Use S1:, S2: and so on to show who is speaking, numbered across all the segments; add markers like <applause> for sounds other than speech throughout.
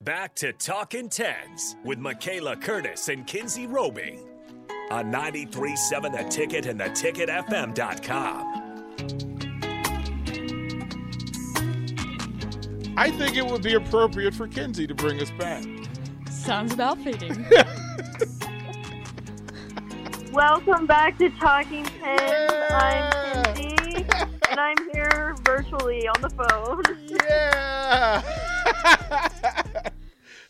S1: Back to Talking Tens with Michaela Curtis and Kinsey Roby on 937 The Ticket and theticketfm.com.
S2: I think it would be appropriate for Kinsey to bring us back.
S3: Sounds about
S4: <laughs>
S3: fitting.
S4: Welcome back to Talking Pens.
S2: Yeah.
S4: I'm Cindy, and I'm here virtually on the phone.
S2: Yeah. <laughs>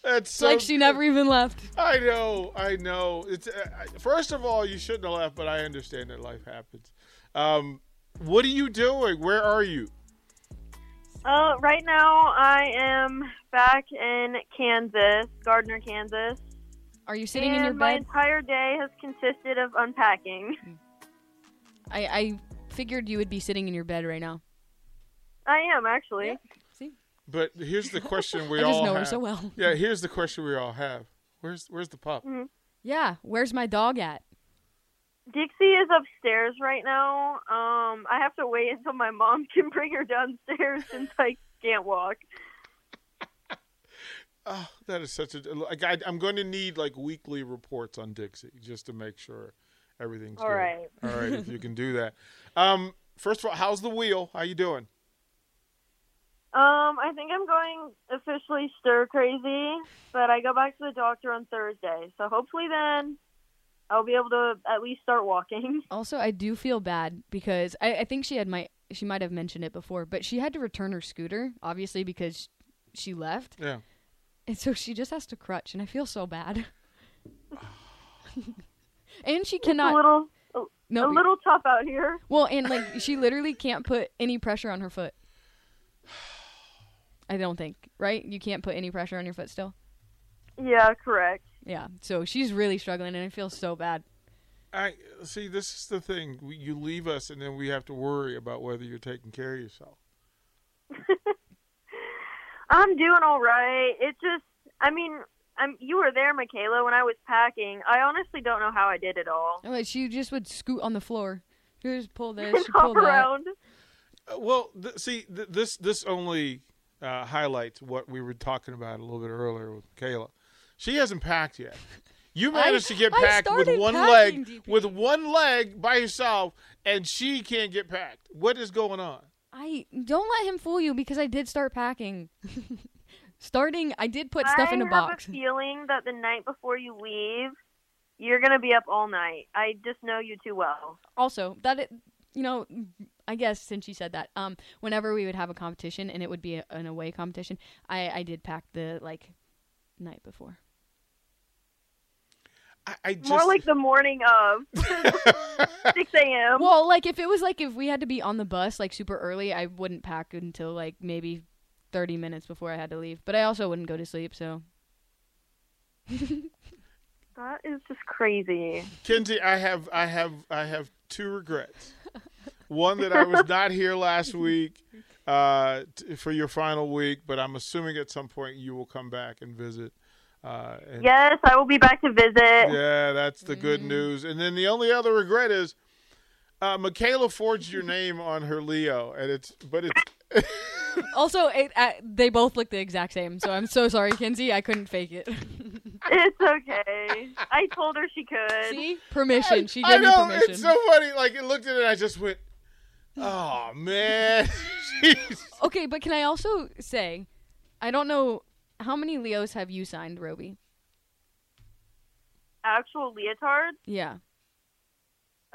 S2: That's so
S3: like she never even left.
S2: I know, I know. It's uh, I- first of all, you shouldn't have left, but I understand that life happens. Um, what are you doing? Where are you?
S4: Uh, right now, I am back in Kansas, Gardner, Kansas.
S3: Are you sitting in
S4: and
S3: your
S4: my
S3: bed?
S4: entire day has consisted of unpacking.
S3: I, I figured you would be sitting in your bed right now.
S4: I am actually.
S3: Yeah. See,
S2: But here's the question we
S3: <laughs> I just
S2: all
S3: know her
S2: have.
S3: so well.
S2: Yeah, here's the question we all have. Where's Where's the pup?
S3: Yeah, where's my dog at?
S4: Dixie is upstairs right now. Um, I have to wait until my mom <laughs> can bring her downstairs since I can't walk.
S2: Oh, that is such a. Like, I, I'm going to need like weekly reports on Dixie just to make sure everything's
S4: All
S2: good.
S4: right.
S2: All right,
S4: <laughs>
S2: if you can do that. Um, first of all, how's the wheel? How you doing?
S4: Um, I think I'm going officially stir crazy, but I go back to the doctor on Thursday, so hopefully then I'll be able to at least start walking. <laughs>
S3: Also, I do feel bad because I, I think she had my she might have mentioned it before, but she had to return her scooter obviously because she left,
S2: Yeah.
S3: and so she just has to crutch, and I feel so
S4: <sighs>
S3: bad. <laughs> and she cannot
S4: a little,
S3: no
S4: a little tough out here.
S3: well, and like she literally can't put any pressure on her foot. I don't think right. You can't put any pressure on your foot still.
S4: Yeah, correct.
S3: Yeah, so she's really struggling, and I feel so bad.
S2: I see. This is the thing. We, you leave us, and then we have to worry about whether you're taking care of yourself.
S4: I'm doing all right. It just, I mean, I'm. You were there, Michaela, when I was packing. I honestly don't know how I did it all.
S3: I'm Like she just would scoot on the floor. She would just pull this,
S4: And
S3: she
S4: <laughs> hop
S3: pull that.
S4: around.
S2: Uh, well, th- see, th- this this only uh, highlights what we were talking about a little bit earlier with Kayla. She hasn't packed yet. You
S3: I-
S2: managed to get
S3: I
S2: packed with
S3: started
S2: one
S3: packing,
S2: leg,
S3: DP.
S2: with one leg by yourself, and she can't get packed. What is going on?
S3: I don't let him fool you because I did start packing. <laughs> Starting, I did put stuff in a
S4: I
S3: box.
S4: have a feeling that the night before you leave, you're gonna be up all night. I just know you too well.
S3: also, that it, you know, I guess since she said that, um, whenever we would have a competition and it would be a, an away competition, I I did pack the like night before.
S2: I, I just,
S4: More like the morning of 6 a.m.
S2: Um,
S3: Well, like if it was like if we had to be on the bus like super early, I wouldn't pack until like maybe thirty minutes before I had to leave. But I also wouldn't go to sleep, so
S4: that is just crazy.
S2: Kenzie, I have I have I have two regrets. One that I was not here last week uh, t- for your final week, but I'm assuming at some point you will come back and visit. Uh, and
S4: Yes, I will be back to visit.
S2: Yeah, that's the
S3: Mm-hmm.
S2: good news. And then the only other regret is uh, Michaela forged your name on her Leo, and it's but it's
S3: Also, it, uh, they both look the exact same, so I'm so sorry, Kinsey. I couldn't
S2: <laughs>
S3: fake it.
S4: <laughs> It's okay. I told her she could.
S3: See, <laughs> permission. She
S2: I
S3: gave me
S2: know
S3: permission.
S2: it's so funny. Like it looked at it, and I just went, "Oh man." <laughs> Jeez.
S3: okay, but can I also say, I don't know how many Leos have you signed, Roby?
S4: Actual leotards?
S3: Yeah.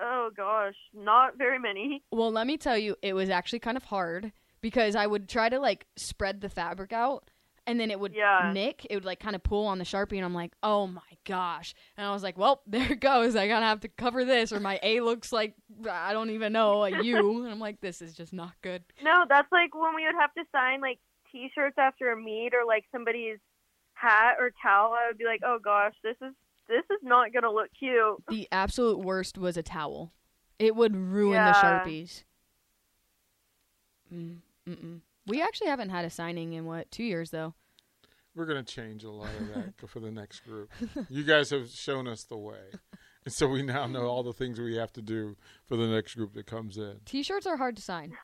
S4: Oh gosh, not very many.
S3: Well, let me tell you, it was actually kind of hard because I would try to like spread the fabric out, and then it would
S4: Yeah.
S3: nick. It would like kind of pull on the sharpie, and I'm like, oh my gosh. And I was like, well, <laughs> there it goes. I gotta have to cover this, or my A looks like I don't even know a U. and I'm like, this is just not good.
S4: No, that's like when we would have to sign like t-shirts after a meet or like somebody's hat or towel. I would be like, "Oh gosh, this is this is not going to look cute."
S3: The absolute worst was a towel. It would ruin the
S4: Yeah.
S3: sharpies. Mm, mm-mm. We actually haven't had a signing in what two years though.
S2: We're gonna change a lot of that for the next group. You guys have shown us the way, and so we now know all the things we have to do for the next group that comes in.
S3: T-shirts are hard to sign.
S2: <laughs>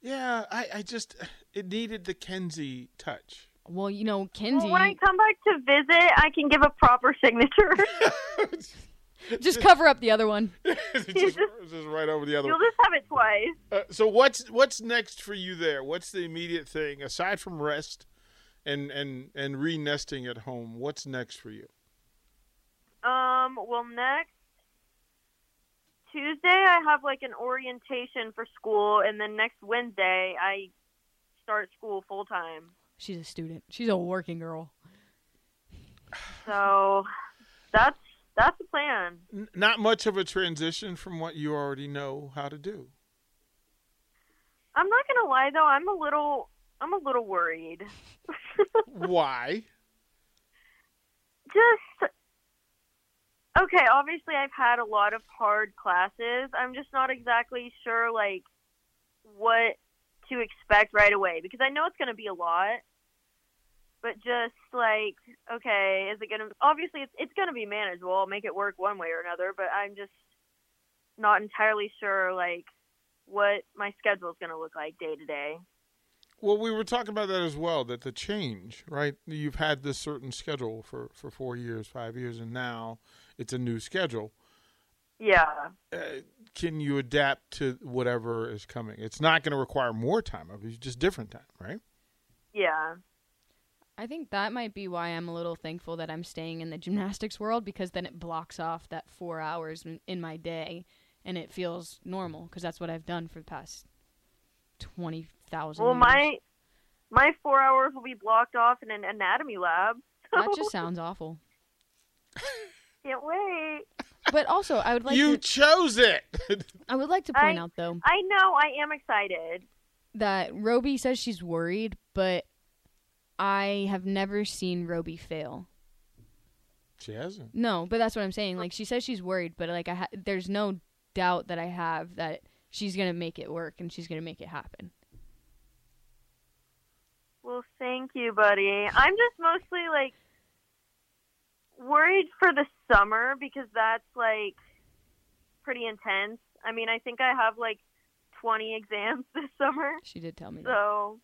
S2: Yeah, I, I just it needed the Kenzie touch.
S3: Well, you know, Kinsey,
S4: Well, when I come back to visit, I can give a proper signature.
S3: just cover up the other one.
S2: just, just right over the other
S4: You'll
S2: one.
S4: just have it twice.
S2: Uh, so what's what's next for you there? What's the immediate thing aside from rest and and and renesting at home? What's next for you?
S4: Um, well, next Tuesday I have like an orientation for school, and then next Wednesday I start school full time.
S3: She's a student. She's a working girl.
S4: So that's that's the plan.
S2: N- not much of a transition from what you already know how to do.
S4: I'm not gonna lie though, I'm a little I'm a little worried.
S2: Why?
S4: just okay obviously i've had a lot of hard classes i'm just not exactly sure like what to expect right away because i know it's going to be a lot but just like okay is it going to obviously it's, it's going to be manageable i'll make it work one way or another but i'm just not entirely sure like what my schedule's going to look like day to day
S2: Well, we were talking about that as well. That the change, right? You've had this certain schedule for for four years, five years, and now it's a new schedule.
S4: yeah
S2: Uh, can you adapt to whatever is coming? It's not going to require more time of you, just different time, right?
S4: yeah
S3: I think that might be why I'm a little thankful that I'm staying in the gymnastics world because then it blocks off that four hours in- in my day and it feels normal because that's what I've done for the past 20,000
S4: well
S3: years.
S4: Oh my my four hours will be blocked off in an anatomy lab
S3: That just sounds awful.
S4: Can't wait.
S3: But also, I would like
S2: you
S3: to,
S2: chose it. <laughs>
S3: I would like to point
S4: I-
S3: out though
S4: I know. I am excited.
S3: that Roby says she's worried, but I have never seen Roby fail.
S2: she hasn't.
S3: No, but that's what I'm saying. Like she says she's worried, but like I ha- there's no doubt that I have that she's gonna make it work and she's gonna make it happen.
S4: Well, thank you, buddy. I'm just mostly like worried for the summer because that's like pretty intense. I mean, I think I have like 20 exams <laughs> this summer,
S3: She did tell me. that.
S4: so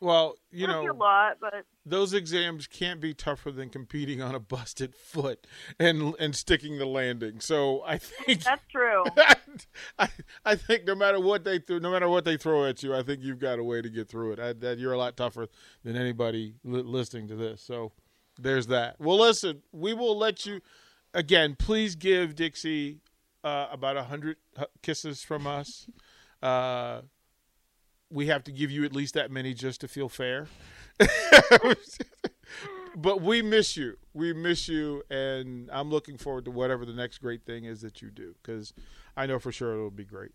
S2: Well, you
S4: it'll be a
S2: know,
S4: lot. But
S2: those exams can't be tougher than competing on a busted foot and and sticking the landing. So I <laughs> think
S4: that's
S2: <laughs>
S4: true.
S2: I, I think no matter what they throw, no matter what they throw at you, I think you've got a way to get through it. I, that you're a lot tougher than anybody li- listening to this. So there's that. Well, listen, we will let you. Again, please give Dixie uh, about a hundred h- kisses from us. Uh, we have to give you at least that many just to feel fair. <laughs> but we miss you. We miss you, and I'm looking forward to whatever the next great thing is that you do because I know for sure it'll be great.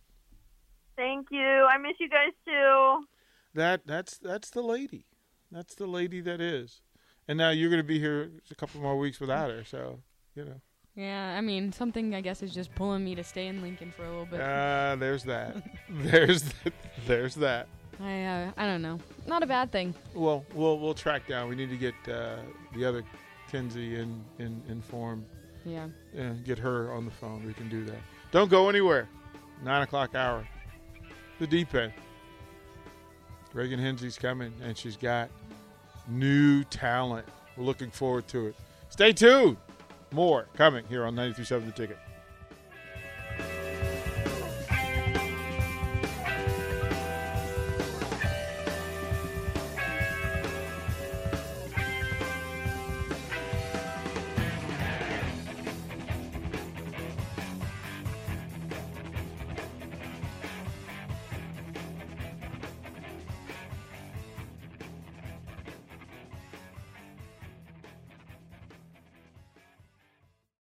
S4: thank you. I miss you guys too.
S2: That that's that's the lady. That's the lady that is. And now you're going to be here a couple more weeks without her, so you know.
S3: Yeah, I mean something I guess is just pulling me to stay in Lincoln for a little bit.
S2: Ah, there's that. <laughs> There's th- there's that.
S3: I uh, I don't know. Not a bad thing.
S2: Well, we'll we'll track down. We need to get uh, the other Kenzie in in informed
S3: Yeah.
S2: and get her on the phone. We can do that. Don't go anywhere. Nine o'clock hour. The deep end. Reagan Hensley's coming, and she's got new talent. We're looking forward to it. Stay tuned. More coming here on 93.7 The Ticket.